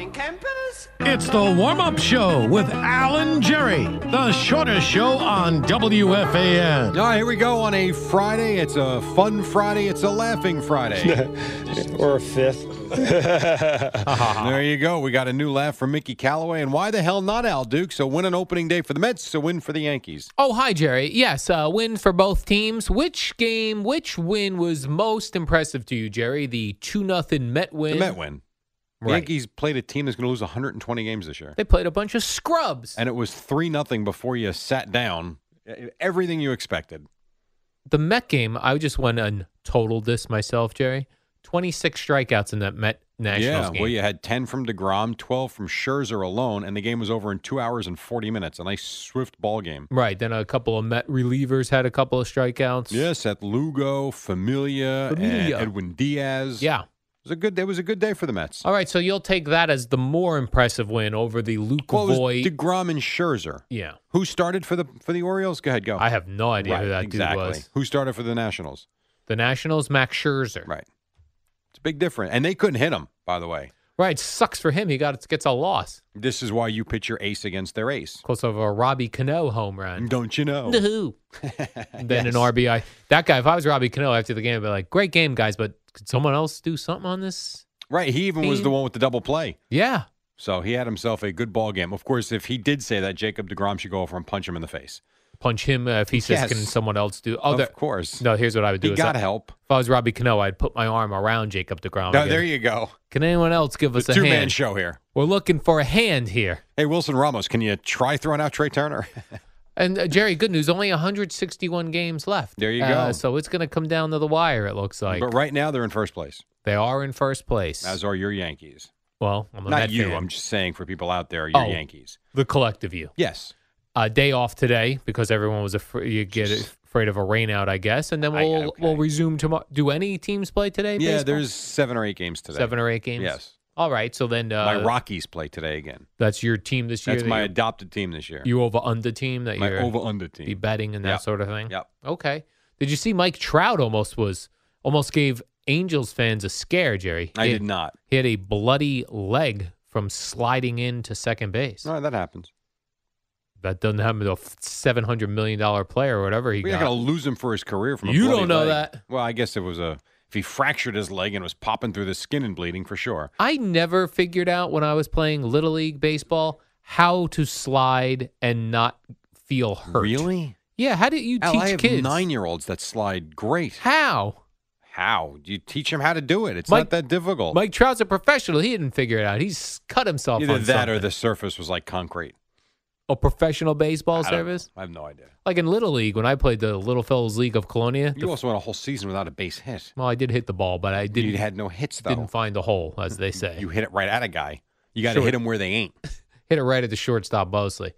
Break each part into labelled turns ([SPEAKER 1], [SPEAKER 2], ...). [SPEAKER 1] It's the warm up show with Alan Jerry, the shortest show on WFAN.
[SPEAKER 2] All right, here we go on a Friday. It's a fun Friday. It's a laughing Friday.
[SPEAKER 3] or a fifth.
[SPEAKER 4] Uh-huh.
[SPEAKER 2] there you go. We got a new laugh from Mickey Callaway. And why the hell not Al Duke? So win on opening day for the Mets. So win for the Yankees.
[SPEAKER 4] Oh, hi, Jerry. Yes, uh, win for both teams. Which game, which win was most impressive to you, Jerry? The 2 nothing Met win.
[SPEAKER 2] The Met win. The
[SPEAKER 4] Right.
[SPEAKER 2] Yankees played a team that's going to lose 120 games this year.
[SPEAKER 4] They played a bunch of scrubs.
[SPEAKER 2] And it was 3 nothing before you sat down. E- Everything you expected.
[SPEAKER 4] the Met game, I just went and totaled this myself, Jerry. 26 strikeouts in that Met Nationals
[SPEAKER 2] yeah,
[SPEAKER 4] game.
[SPEAKER 2] well, you had 10 from DeGrom, 12 from Scherzer alone, and the game was over in two hours and 40 minutes. A nice, swift ball game.
[SPEAKER 4] Right. Then a couple of Met relievers had a couple of strikeouts.
[SPEAKER 2] Yes, at Lugo, Familia, and
[SPEAKER 4] Familia.
[SPEAKER 2] Edwin Diaz.
[SPEAKER 4] Yeah.
[SPEAKER 2] It was a good. It was a good day for the Mets.
[SPEAKER 4] All right. So you'll take that as the more impressive win over the Luke
[SPEAKER 2] Well, it was
[SPEAKER 4] Voigt.
[SPEAKER 2] Degrom and Scherzer.
[SPEAKER 4] yeah.
[SPEAKER 2] Who started for the for the Orioles? Go ahead, go.
[SPEAKER 4] I have no idea who that
[SPEAKER 2] exactly.
[SPEAKER 4] dude was.
[SPEAKER 2] Who started for the Nationals?
[SPEAKER 4] The Nationals, Max Scherzer.
[SPEAKER 2] Right. It's a big difference, and they couldn't hit him. By the way,
[SPEAKER 4] Right. Sucks for him. He got gets a loss.
[SPEAKER 2] this is why you pitch your ace against their ace.
[SPEAKER 4] Close over a Robbie Cano home run.
[SPEAKER 2] Don't you know?
[SPEAKER 4] The who? then an RBI. That guy, if I was Robbie Cano after the game, I'd be like, great game, guys, but could someone else do something on this?
[SPEAKER 2] Right. He even was the one with the double play.
[SPEAKER 4] Yeah.
[SPEAKER 2] So he had himself a good ball game. Of course, if he did say that, Jacob Degrom should go over and punch him in the face.
[SPEAKER 4] Punch him uh, if he says,
[SPEAKER 2] Yes.
[SPEAKER 4] can someone else do? Oh,
[SPEAKER 2] of
[SPEAKER 4] there-
[SPEAKER 2] course,
[SPEAKER 4] No, here's what I would do.
[SPEAKER 2] he
[SPEAKER 4] is I-
[SPEAKER 2] got help.
[SPEAKER 4] If I was Robbie Cano, I'd put my arm around Jacob DeGrom.
[SPEAKER 2] No,
[SPEAKER 4] again.
[SPEAKER 2] there you go.
[SPEAKER 4] Can anyone else give us
[SPEAKER 2] The
[SPEAKER 4] a
[SPEAKER 2] two man
[SPEAKER 4] hand?
[SPEAKER 2] show here.
[SPEAKER 4] We're looking for a hand here.
[SPEAKER 2] Hey, Wilson Ramos, can you try throwing out Trey Turner?
[SPEAKER 4] And uh, Jerry, good news. Only 161 games left.
[SPEAKER 2] There you
[SPEAKER 4] Uh,
[SPEAKER 2] go.
[SPEAKER 4] So it's going to come down to the wire, it looks like.
[SPEAKER 2] but right now they're in first place,
[SPEAKER 4] They are in first place.
[SPEAKER 2] as are your Yankees.
[SPEAKER 4] well, I'm a
[SPEAKER 2] Not
[SPEAKER 4] Met
[SPEAKER 2] you.
[SPEAKER 4] fan.
[SPEAKER 2] I'm just saying for people out there, your
[SPEAKER 4] Oh.
[SPEAKER 2] Yankees.
[SPEAKER 4] the collective you.
[SPEAKER 2] Yes.
[SPEAKER 4] Uh, day off today because everyone was afraid. You get afraid of a rain out, I guess. And then
[SPEAKER 2] I-
[SPEAKER 4] we'll
[SPEAKER 2] okay.
[SPEAKER 4] we'll resume tomorrow. Do any teams play today?
[SPEAKER 2] yeah,
[SPEAKER 4] baseball?
[SPEAKER 2] there's seven or eight games today.
[SPEAKER 4] seven or eight games.
[SPEAKER 2] Yes.
[SPEAKER 4] All right. So then uh,
[SPEAKER 2] my Rockies play today again.
[SPEAKER 4] that's your team this year.
[SPEAKER 2] That's
[SPEAKER 4] that
[SPEAKER 2] my
[SPEAKER 4] you-
[SPEAKER 2] adopted team this year.
[SPEAKER 4] you over under team that
[SPEAKER 2] my
[SPEAKER 4] you're
[SPEAKER 2] over under team.
[SPEAKER 4] be betting and that
[SPEAKER 2] Yep.
[SPEAKER 4] sort of thing.
[SPEAKER 2] Yep.
[SPEAKER 4] Okay. Did you see Mike Trout almost was almost gave Angels fans a scare, Jerry?
[SPEAKER 2] I
[SPEAKER 4] He-
[SPEAKER 2] did not.
[SPEAKER 4] He had a bloody leg from sliding into second base.
[SPEAKER 2] All right, that happens.
[SPEAKER 4] That doesn't happen to a seven hundred million dollar player or whatever he
[SPEAKER 2] We're
[SPEAKER 4] got.
[SPEAKER 2] not going to lose him for his career from a
[SPEAKER 4] You
[SPEAKER 2] bloody
[SPEAKER 4] don't know
[SPEAKER 2] leg.
[SPEAKER 4] that.
[SPEAKER 2] Well, I guess it was a if he fractured his leg and was popping through the skin and bleeding for sure.
[SPEAKER 4] I never figured out when I was playing little league baseball how to slide and not feel hurt.
[SPEAKER 2] Really?
[SPEAKER 4] Yeah. How do you
[SPEAKER 2] Al,
[SPEAKER 4] teach
[SPEAKER 2] I have
[SPEAKER 4] kids?
[SPEAKER 2] nine-year-olds that slide great.
[SPEAKER 4] how?
[SPEAKER 2] How do you teach them how to do it? It's
[SPEAKER 4] Mike-
[SPEAKER 2] not that difficult.
[SPEAKER 4] Mike Trout's a professional. He didn't figure it out. He's cut himself
[SPEAKER 2] Either
[SPEAKER 4] on
[SPEAKER 2] that or
[SPEAKER 4] something.
[SPEAKER 2] the surface was like concrete.
[SPEAKER 4] a professional baseball
[SPEAKER 2] I don't know.
[SPEAKER 4] service.
[SPEAKER 2] I have no idea.
[SPEAKER 4] Like in Little League, when I played the Little Fellows League of Colonia, the-
[SPEAKER 2] You also went a whole season without a base hit.
[SPEAKER 4] well, I did hit the ball, but I didn't
[SPEAKER 2] you had no hits though.
[SPEAKER 4] didn't find the hole, as they say.
[SPEAKER 2] you hit it right at a guy. You got to
[SPEAKER 4] Sure.
[SPEAKER 2] hit him where they ain't.
[SPEAKER 4] hit it right at the shortstop mostly.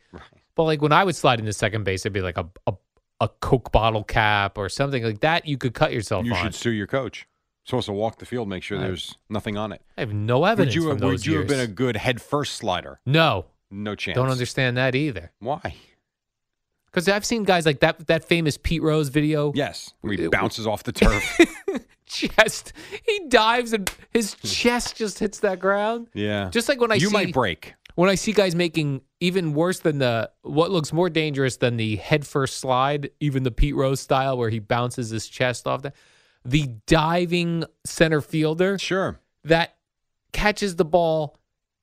[SPEAKER 4] But like when I would slide into second base, it'd be like a a, a Coke bottle cap or something like that. You could cut yourself
[SPEAKER 2] You
[SPEAKER 4] on.
[SPEAKER 2] should sue your coach. Supposed to walk the field, make sure
[SPEAKER 4] I-
[SPEAKER 2] there's nothing on it.
[SPEAKER 4] I have no evidence
[SPEAKER 2] Would you,
[SPEAKER 4] from
[SPEAKER 2] have,
[SPEAKER 4] those
[SPEAKER 2] would you have been
[SPEAKER 4] years.
[SPEAKER 2] a good head first slider?
[SPEAKER 4] no,
[SPEAKER 2] No chance.
[SPEAKER 4] don't understand that either.
[SPEAKER 2] why.
[SPEAKER 4] Because I've seen guys like that that famous Pete Rose video.
[SPEAKER 2] Yes, where he
[SPEAKER 4] It-
[SPEAKER 2] bounces off the turf.
[SPEAKER 4] Chest, he dives and his chest just hits that ground.
[SPEAKER 2] yeah,
[SPEAKER 4] Just like when I
[SPEAKER 2] you
[SPEAKER 4] see
[SPEAKER 2] might break.
[SPEAKER 4] when I see guys making even worse than the what looks more dangerous than the head first slide, even the Pete Rose style where he bounces his chest off that, the diving center fielder
[SPEAKER 2] Sure,
[SPEAKER 4] that catches the ball,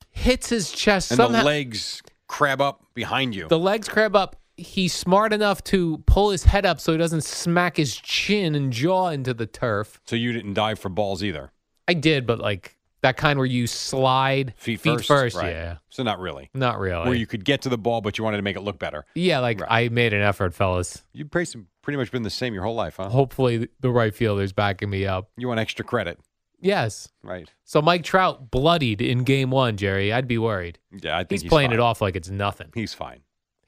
[SPEAKER 4] hits his chest
[SPEAKER 2] and
[SPEAKER 4] somehow.
[SPEAKER 2] the legs crab up behind you.
[SPEAKER 4] the legs crab up. He's smart enough to pull his head up so he doesn't smack his chin and jaw into the turf.
[SPEAKER 2] so you didn't dive for balls either.
[SPEAKER 4] I did, but like that kind where you slide
[SPEAKER 2] Feet first,
[SPEAKER 4] first,
[SPEAKER 2] right.
[SPEAKER 4] yeah.
[SPEAKER 2] So not really.
[SPEAKER 4] Not really.
[SPEAKER 2] Where you could get to the ball, but you wanted to make it look better.
[SPEAKER 4] yeah, like I made an effort, fellas.
[SPEAKER 2] You played some pretty much been the same your whole life, huh?
[SPEAKER 4] Hopefully, the right fielder's backing me up.
[SPEAKER 2] You want extra credit,
[SPEAKER 4] Yes.
[SPEAKER 2] right?
[SPEAKER 4] So Mike Trout bloodied in game one, Jerry. I'd be worried.
[SPEAKER 2] Yeah, I think
[SPEAKER 4] He's,
[SPEAKER 2] he's,
[SPEAKER 4] playing
[SPEAKER 2] fine.
[SPEAKER 4] it off like it's nothing.
[SPEAKER 2] He's fine.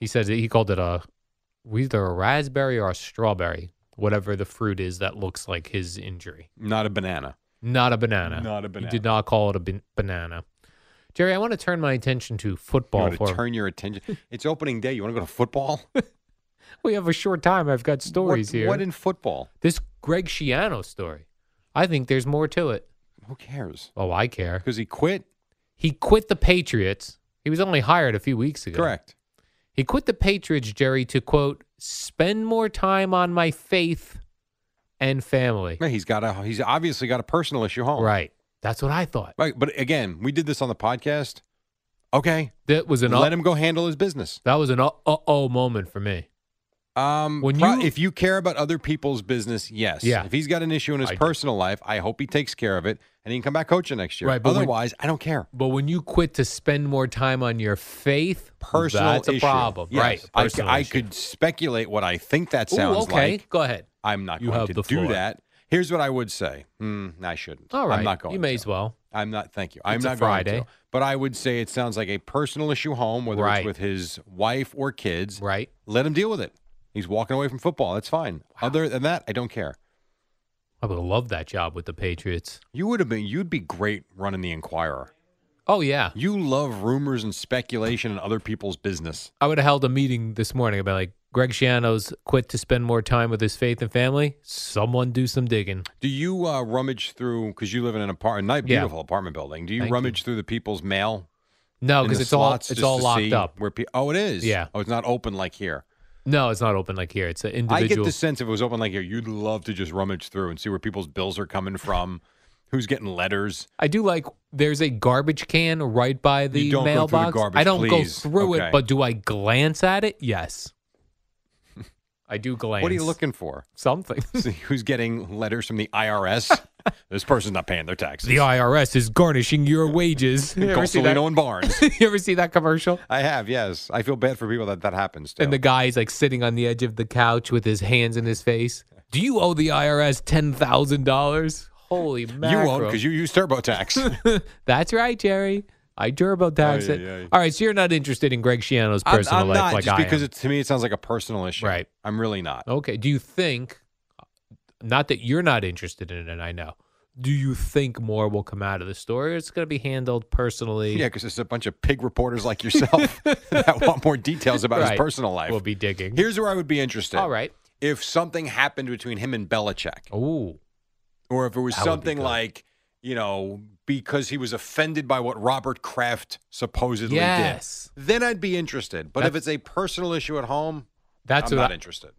[SPEAKER 4] He says that he called it a either a raspberry or a strawberry, whatever the fruit is that looks like his injury.
[SPEAKER 2] Not a banana.
[SPEAKER 4] Not a banana.
[SPEAKER 2] Not a
[SPEAKER 4] He
[SPEAKER 2] banana.
[SPEAKER 4] did not call it a ban- banana. Jerry, I want to turn my attention to
[SPEAKER 2] You
[SPEAKER 4] football
[SPEAKER 2] want
[SPEAKER 4] for
[SPEAKER 2] to turn your attention. It's opening day. You want to go to football?
[SPEAKER 4] We have a short time. I've got stories
[SPEAKER 2] what,
[SPEAKER 4] here.
[SPEAKER 2] What in football?
[SPEAKER 4] this Greg Schiano story. I think there's more to it.
[SPEAKER 2] Who cares?
[SPEAKER 4] Oh, I care.
[SPEAKER 2] Because he quit.
[SPEAKER 4] He quit the Patriots. He was only hired a few weeks ago.
[SPEAKER 2] Correct.
[SPEAKER 4] He quit the Patriots, Jerry, to quote, spend more time on my faith and family.
[SPEAKER 2] Yeah, he's got a. He's obviously got a personal issue home.
[SPEAKER 4] Right. That's what I thought.
[SPEAKER 2] Right. But again, we did this on the podcast. Okay.
[SPEAKER 4] That was an
[SPEAKER 2] Let
[SPEAKER 4] uh,
[SPEAKER 2] him go handle his business.
[SPEAKER 4] that was an uh oh moment for me.
[SPEAKER 2] Um,
[SPEAKER 4] When
[SPEAKER 2] pro-
[SPEAKER 4] you-
[SPEAKER 2] if you care about other people's business, yes.
[SPEAKER 4] Yeah.
[SPEAKER 2] If he's got an issue in his
[SPEAKER 4] I do.
[SPEAKER 2] personal life, I hope he takes care of it and he can come back coaching next year.
[SPEAKER 4] Right, but when-
[SPEAKER 2] Otherwise, I don't care.
[SPEAKER 4] But when you quit to spend more time on your faith,
[SPEAKER 2] Personal
[SPEAKER 4] that's a
[SPEAKER 2] issue.
[SPEAKER 4] problem.
[SPEAKER 2] Yes. I,
[SPEAKER 4] Right.
[SPEAKER 2] c-
[SPEAKER 4] Personal
[SPEAKER 2] I
[SPEAKER 4] issue.
[SPEAKER 2] could speculate what I think that
[SPEAKER 4] Ooh,
[SPEAKER 2] sounds
[SPEAKER 4] okay.
[SPEAKER 2] like.
[SPEAKER 4] Go ahead.
[SPEAKER 2] I'm not
[SPEAKER 4] You
[SPEAKER 2] going
[SPEAKER 4] have
[SPEAKER 2] to
[SPEAKER 4] the
[SPEAKER 2] do
[SPEAKER 4] floor.
[SPEAKER 2] that. Here's what I would say. Hmm, I shouldn't.
[SPEAKER 4] All right.
[SPEAKER 2] I'm not going.
[SPEAKER 4] You may
[SPEAKER 2] to.
[SPEAKER 4] as well.
[SPEAKER 2] I'm not. Thank you. I'm
[SPEAKER 4] It's a
[SPEAKER 2] not
[SPEAKER 4] Friday.
[SPEAKER 2] going to. But I would say it sounds like a personal issue home, whether
[SPEAKER 4] Right.
[SPEAKER 2] it's with his wife or kids.
[SPEAKER 4] Right.
[SPEAKER 2] Let him deal with it. He's walking away from football. That's fine. Other than that, I don't care.
[SPEAKER 4] I would have loved that job with the Patriots.
[SPEAKER 2] You would have been. You'd be great running the Inquirer.
[SPEAKER 4] Oh yeah.
[SPEAKER 2] You love rumors and speculation and other people's business.
[SPEAKER 4] I would have held a meeting this morning about like Greg Shiano's quit to spend more time with his faith and family. Someone do some digging.
[SPEAKER 2] Do you uh, rummage through? Because you live in an apartment, nice,
[SPEAKER 4] Yeah.
[SPEAKER 2] beautiful apartment building. Do you
[SPEAKER 4] Thank you.
[SPEAKER 2] rummage through the people's mail?
[SPEAKER 4] No,
[SPEAKER 2] in
[SPEAKER 4] because
[SPEAKER 2] the
[SPEAKER 4] it's all
[SPEAKER 2] slots
[SPEAKER 4] it's
[SPEAKER 2] just
[SPEAKER 4] all
[SPEAKER 2] to
[SPEAKER 4] locked
[SPEAKER 2] see
[SPEAKER 4] up.
[SPEAKER 2] Where pe- oh, it is.
[SPEAKER 4] Yeah.
[SPEAKER 2] Oh, it's not open like here.
[SPEAKER 4] No, it's not open like here. It's an
[SPEAKER 2] I
[SPEAKER 4] individual.
[SPEAKER 2] get the sense if it was open like here, you'd love to just rummage through and see where people's bills are coming from, who's getting letters.
[SPEAKER 4] I do like there's a garbage can right by the
[SPEAKER 2] don't go through the
[SPEAKER 4] mailbox.
[SPEAKER 2] garbage,
[SPEAKER 4] I don't
[SPEAKER 2] please.
[SPEAKER 4] go through
[SPEAKER 2] Okay.
[SPEAKER 4] it, but do I glance at it? Yes. I do glance.
[SPEAKER 2] What are you looking for?
[SPEAKER 4] Something.
[SPEAKER 2] See who's getting letters from the IRS? this person's not paying their taxes.
[SPEAKER 4] the IRS is garnishing your wages. you, ever see that?
[SPEAKER 2] Gosolino and Barnes.
[SPEAKER 4] you ever see that commercial?
[SPEAKER 2] I have, yes. I feel bad for people that that happens to.
[SPEAKER 4] And the guy's like sitting on the edge of the couch with his hands in his face. Do you owe the IRS ten thousand dollars? Holy
[SPEAKER 2] you
[SPEAKER 4] mackerel!
[SPEAKER 2] won't because you use TurboTax.
[SPEAKER 4] That's right, Jerry. I turbotax
[SPEAKER 2] Aye,
[SPEAKER 4] it.
[SPEAKER 2] aye, aye.
[SPEAKER 4] All right, so you're not interested in Greg Schiano's
[SPEAKER 2] I'm,
[SPEAKER 4] personal
[SPEAKER 2] I'm
[SPEAKER 4] life
[SPEAKER 2] not
[SPEAKER 4] like
[SPEAKER 2] just
[SPEAKER 4] I
[SPEAKER 2] because
[SPEAKER 4] am.
[SPEAKER 2] it, to me it sounds like a personal issue.
[SPEAKER 4] Right.
[SPEAKER 2] I'm really not.
[SPEAKER 4] Okay. Do you think, not that you're not interested in it, I know. Do you think more will come out of the story? Or it's going to be handled personally.
[SPEAKER 2] Yeah, because there's a bunch of pig reporters like yourself that want more details about
[SPEAKER 4] Right.
[SPEAKER 2] his personal life.
[SPEAKER 4] We'll be digging.
[SPEAKER 2] Here's where I would be interested.
[SPEAKER 4] All right.
[SPEAKER 2] If something happened between him and Belichick,
[SPEAKER 4] Oh,
[SPEAKER 2] or if it was
[SPEAKER 4] That would be
[SPEAKER 2] something
[SPEAKER 4] good.
[SPEAKER 2] like, you know, because he was offended by what Robert Kraft supposedly
[SPEAKER 4] yes.
[SPEAKER 2] did, then I'd be interested. But if it's
[SPEAKER 4] That's-
[SPEAKER 2] a personal issue at home,
[SPEAKER 4] That's
[SPEAKER 2] I'm
[SPEAKER 4] what
[SPEAKER 2] not
[SPEAKER 4] I-
[SPEAKER 2] interested.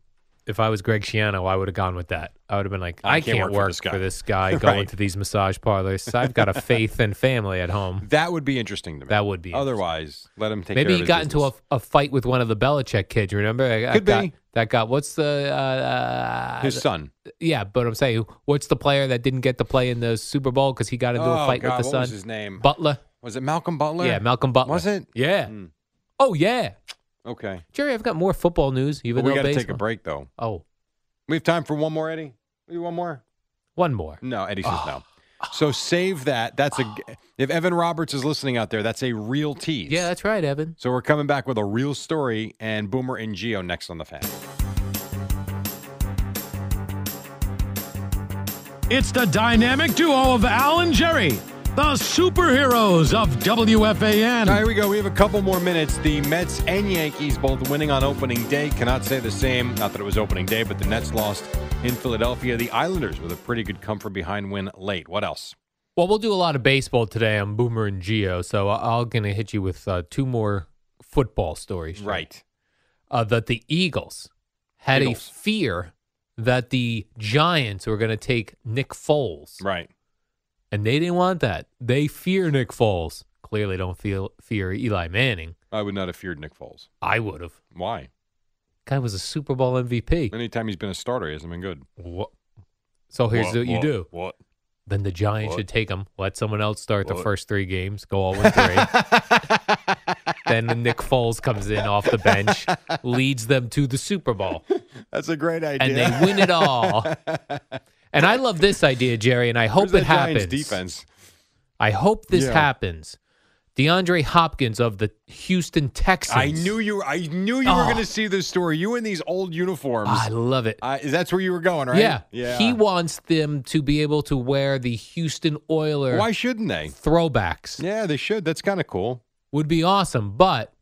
[SPEAKER 4] if I was Greg Schiano, I would have gone with that. I would have been like, I, can't, work, for, this
[SPEAKER 2] guy."
[SPEAKER 4] guy
[SPEAKER 2] Right.
[SPEAKER 4] going to these massage parlors. I've got a faith and family at home.
[SPEAKER 2] That would be interesting to me.
[SPEAKER 4] That would be
[SPEAKER 2] Otherwise, let him take.
[SPEAKER 4] Maybe
[SPEAKER 2] care
[SPEAKER 4] he
[SPEAKER 2] of
[SPEAKER 4] got into a, a fight with one of the Belichick kids. Remember? I- I
[SPEAKER 2] Could
[SPEAKER 4] got-
[SPEAKER 2] be.
[SPEAKER 4] That got what's the uh, uh,
[SPEAKER 2] his son.
[SPEAKER 4] yeah? But I'm saying, what's the player that didn't get to play in the Super Bowl because he got into a
[SPEAKER 2] Oh,
[SPEAKER 4] fight
[SPEAKER 2] God,
[SPEAKER 4] with the
[SPEAKER 2] what
[SPEAKER 4] son?
[SPEAKER 2] was his name?
[SPEAKER 4] Butler.
[SPEAKER 2] Was it Malcolm Butler?
[SPEAKER 4] Yeah, Malcolm Butler.
[SPEAKER 2] Was it?
[SPEAKER 4] Yeah.
[SPEAKER 2] Hmm.
[SPEAKER 4] Oh yeah,
[SPEAKER 2] Okay.
[SPEAKER 4] Jerry. I've got more football news. Even
[SPEAKER 2] But we
[SPEAKER 4] though
[SPEAKER 2] got to
[SPEAKER 4] baseball.
[SPEAKER 2] take a break though.
[SPEAKER 4] Oh,
[SPEAKER 2] We have time for one more, Eddie. Maybe one more.
[SPEAKER 4] one more.
[SPEAKER 2] No, Eddie says no. So save that. That's a. If Evan Roberts is listening out there, that's a real tease.
[SPEAKER 4] Yeah, that's right, Evan.
[SPEAKER 2] So we're coming back with a real story and Boomer and Geo next on the fan.
[SPEAKER 1] It's the dynamic duo of Al and Jerry, the superheroes of WFAN.
[SPEAKER 2] All right, here we go. We have a couple more minutes. The Mets and Yankees both winning on opening day. Cannot say the same. Not that it was opening day, but the Nets lost in Philadelphia. The Islanders with a pretty good comfort behind win late. What else?
[SPEAKER 4] Well, we'll do a lot of baseball today on Boomer and Geo, so I- I'm going to hit you with uh, two more football stories. Jerry.
[SPEAKER 2] Right.
[SPEAKER 4] uh, that the Eagles had
[SPEAKER 2] Eagles.
[SPEAKER 4] a fear that the Giants were going to take Nick Foles,
[SPEAKER 2] Right.
[SPEAKER 4] and they didn't want that. They fear Nick Foles. Clearly, don't feel fear Eli Manning.
[SPEAKER 2] I would not have feared Nick Foles.
[SPEAKER 4] I would have.
[SPEAKER 2] Why?
[SPEAKER 4] Guy was a Super Bowl MVP.
[SPEAKER 2] Anytime he's been a starter, he hasn't been good.
[SPEAKER 4] Wha- So here's what, you do.
[SPEAKER 2] What?
[SPEAKER 4] Then the Giants
[SPEAKER 2] What?
[SPEAKER 4] should take him. Let someone else start the
[SPEAKER 2] What?
[SPEAKER 4] first three games. Go all with three. Then the Nick Foles comes in off the bench, leads them to the Super Bowl,
[SPEAKER 2] That's a great idea.
[SPEAKER 4] and they win it all. And I love this idea, Jerry, and I hope
[SPEAKER 2] Where's that
[SPEAKER 4] it happens.
[SPEAKER 2] Giants defense.
[SPEAKER 4] I hope this
[SPEAKER 2] Yeah.
[SPEAKER 4] happens. DeAndre Hopkins of the Houston Texans.
[SPEAKER 2] I knew you. I knew you were
[SPEAKER 4] Oh.
[SPEAKER 2] going to see this story. You in these old uniforms.
[SPEAKER 4] Ah, I love it.
[SPEAKER 2] I- that's where you were going, right?
[SPEAKER 4] Yeah.
[SPEAKER 2] Yeah.
[SPEAKER 4] He wants them to be able to wear the Houston Oilers
[SPEAKER 2] Why shouldn't they?
[SPEAKER 4] throwbacks.
[SPEAKER 2] Yeah, they should. That's kind of cool.
[SPEAKER 4] Would be awesome, but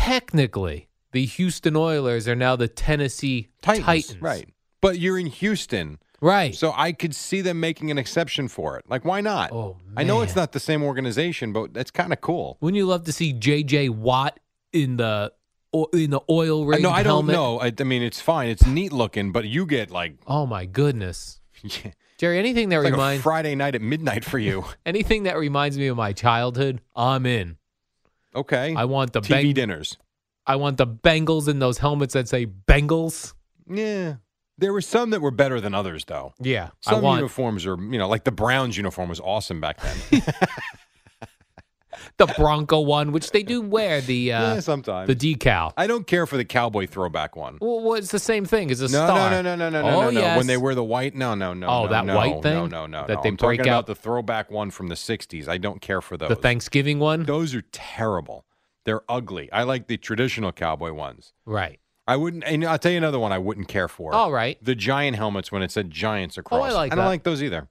[SPEAKER 4] technically the Houston Oilers are now the Tennessee Titans.
[SPEAKER 2] Right. But you're in Houston,
[SPEAKER 4] Right.
[SPEAKER 2] so I could see them making an exception for it. Like, why not?
[SPEAKER 4] Oh,
[SPEAKER 2] I know it's
[SPEAKER 4] man.
[SPEAKER 2] not the same organization, but that's kind of cool.
[SPEAKER 4] Wouldn't you love to see JJ Watt in the o- in the oil rig?
[SPEAKER 2] Uh, no, I don't know. I, I mean, it's fine. It's neat looking, but you get like,
[SPEAKER 4] Oh my goodness.
[SPEAKER 2] it's
[SPEAKER 4] Jerry, anything that
[SPEAKER 2] like a
[SPEAKER 4] reminds
[SPEAKER 2] Friday night at midnight for you.
[SPEAKER 4] anything that reminds me of my childhood, I'm in.
[SPEAKER 2] Okay.
[SPEAKER 4] I want the
[SPEAKER 2] TV
[SPEAKER 4] Beng-
[SPEAKER 2] dinners.
[SPEAKER 4] I want the Bengals in those helmets that say Bengals.
[SPEAKER 2] Yeah. There were some that were better than others, though.
[SPEAKER 4] Yeah.
[SPEAKER 2] Some
[SPEAKER 4] I want
[SPEAKER 2] uniforms are, you know, like the Browns uniform was awesome back then.
[SPEAKER 4] the Bronco one, which they do wear the uh,
[SPEAKER 2] yeah, sometimes.
[SPEAKER 4] the decal.
[SPEAKER 2] I don't care for the cowboy throwback one.
[SPEAKER 4] Well, well, it's the same thing. It's a
[SPEAKER 2] No, no,
[SPEAKER 4] star.
[SPEAKER 2] no, no, no, no, no,
[SPEAKER 4] oh,
[SPEAKER 2] no, no.
[SPEAKER 4] Yes.
[SPEAKER 2] When they wear the white, no, no, no.
[SPEAKER 4] Oh,
[SPEAKER 2] no,
[SPEAKER 4] that
[SPEAKER 2] no,
[SPEAKER 4] white
[SPEAKER 2] No,
[SPEAKER 4] thing
[SPEAKER 2] no, no.
[SPEAKER 4] that
[SPEAKER 2] no.
[SPEAKER 4] they
[SPEAKER 2] I'm talking
[SPEAKER 4] break
[SPEAKER 2] about
[SPEAKER 4] out-
[SPEAKER 2] the throwback one from the '60s. I don't care for those.
[SPEAKER 4] the Thanksgiving one,
[SPEAKER 2] Those are terrible. They're ugly. I like the traditional cowboy ones.
[SPEAKER 4] right?
[SPEAKER 2] I wouldn't. And I'll tell you another one I wouldn't care for.
[SPEAKER 4] All right. Oh,
[SPEAKER 2] The giant helmets when it said Giants across.
[SPEAKER 4] like
[SPEAKER 2] I don't
[SPEAKER 4] that.
[SPEAKER 2] like those either.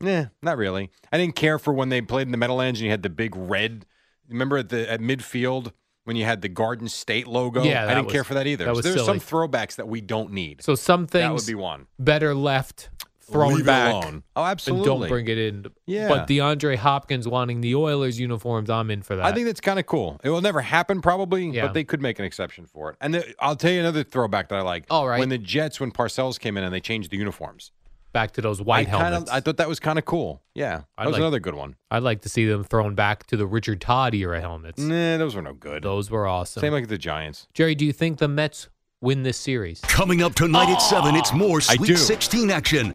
[SPEAKER 2] Nah, not really. I didn't care for when they played in the Meadowlands and you had the big red. Remember at the at midfield when you had the Garden State logo.
[SPEAKER 4] Yeah,
[SPEAKER 2] I
[SPEAKER 4] that
[SPEAKER 2] didn't care
[SPEAKER 4] was-
[SPEAKER 2] for that either.
[SPEAKER 4] that was
[SPEAKER 2] so there's
[SPEAKER 4] silly.
[SPEAKER 2] some throwbacks that we don't need.
[SPEAKER 4] So some
[SPEAKER 2] that would
[SPEAKER 4] things
[SPEAKER 2] be one.
[SPEAKER 4] better left thrown
[SPEAKER 2] Leave it
[SPEAKER 4] back
[SPEAKER 2] alone. Oh,
[SPEAKER 4] and
[SPEAKER 2] absolutely.
[SPEAKER 4] don't bring it in.
[SPEAKER 2] Yeah.
[SPEAKER 4] But DeAndre Hopkins wanting the Oilers uniforms, I'm in for that.
[SPEAKER 2] I think that's kind of cool. It will never happen, probably,
[SPEAKER 4] Yeah.
[SPEAKER 2] but they could make an exception for it. And the, I'll tell you another throwback that I like.
[SPEAKER 4] All right.
[SPEAKER 2] When the Jets, when Parcells came in and they changed the uniforms,
[SPEAKER 4] back to those white
[SPEAKER 2] I kinda-
[SPEAKER 4] helmets.
[SPEAKER 2] I thought that was kind of cool. Yeah,
[SPEAKER 4] I
[SPEAKER 2] that was
[SPEAKER 4] like-
[SPEAKER 2] another good one.
[SPEAKER 4] I'd like to see them thrown back to the Richard Todd era helmets.
[SPEAKER 2] Nah, those were no good.
[SPEAKER 4] Those were awesome.
[SPEAKER 2] Mm. Same like the Giants.
[SPEAKER 4] Jerry, do you think the Mets win this series?
[SPEAKER 3] Coming up tonight at 7, it's more
[SPEAKER 2] I do.
[SPEAKER 3] Sweet 16 action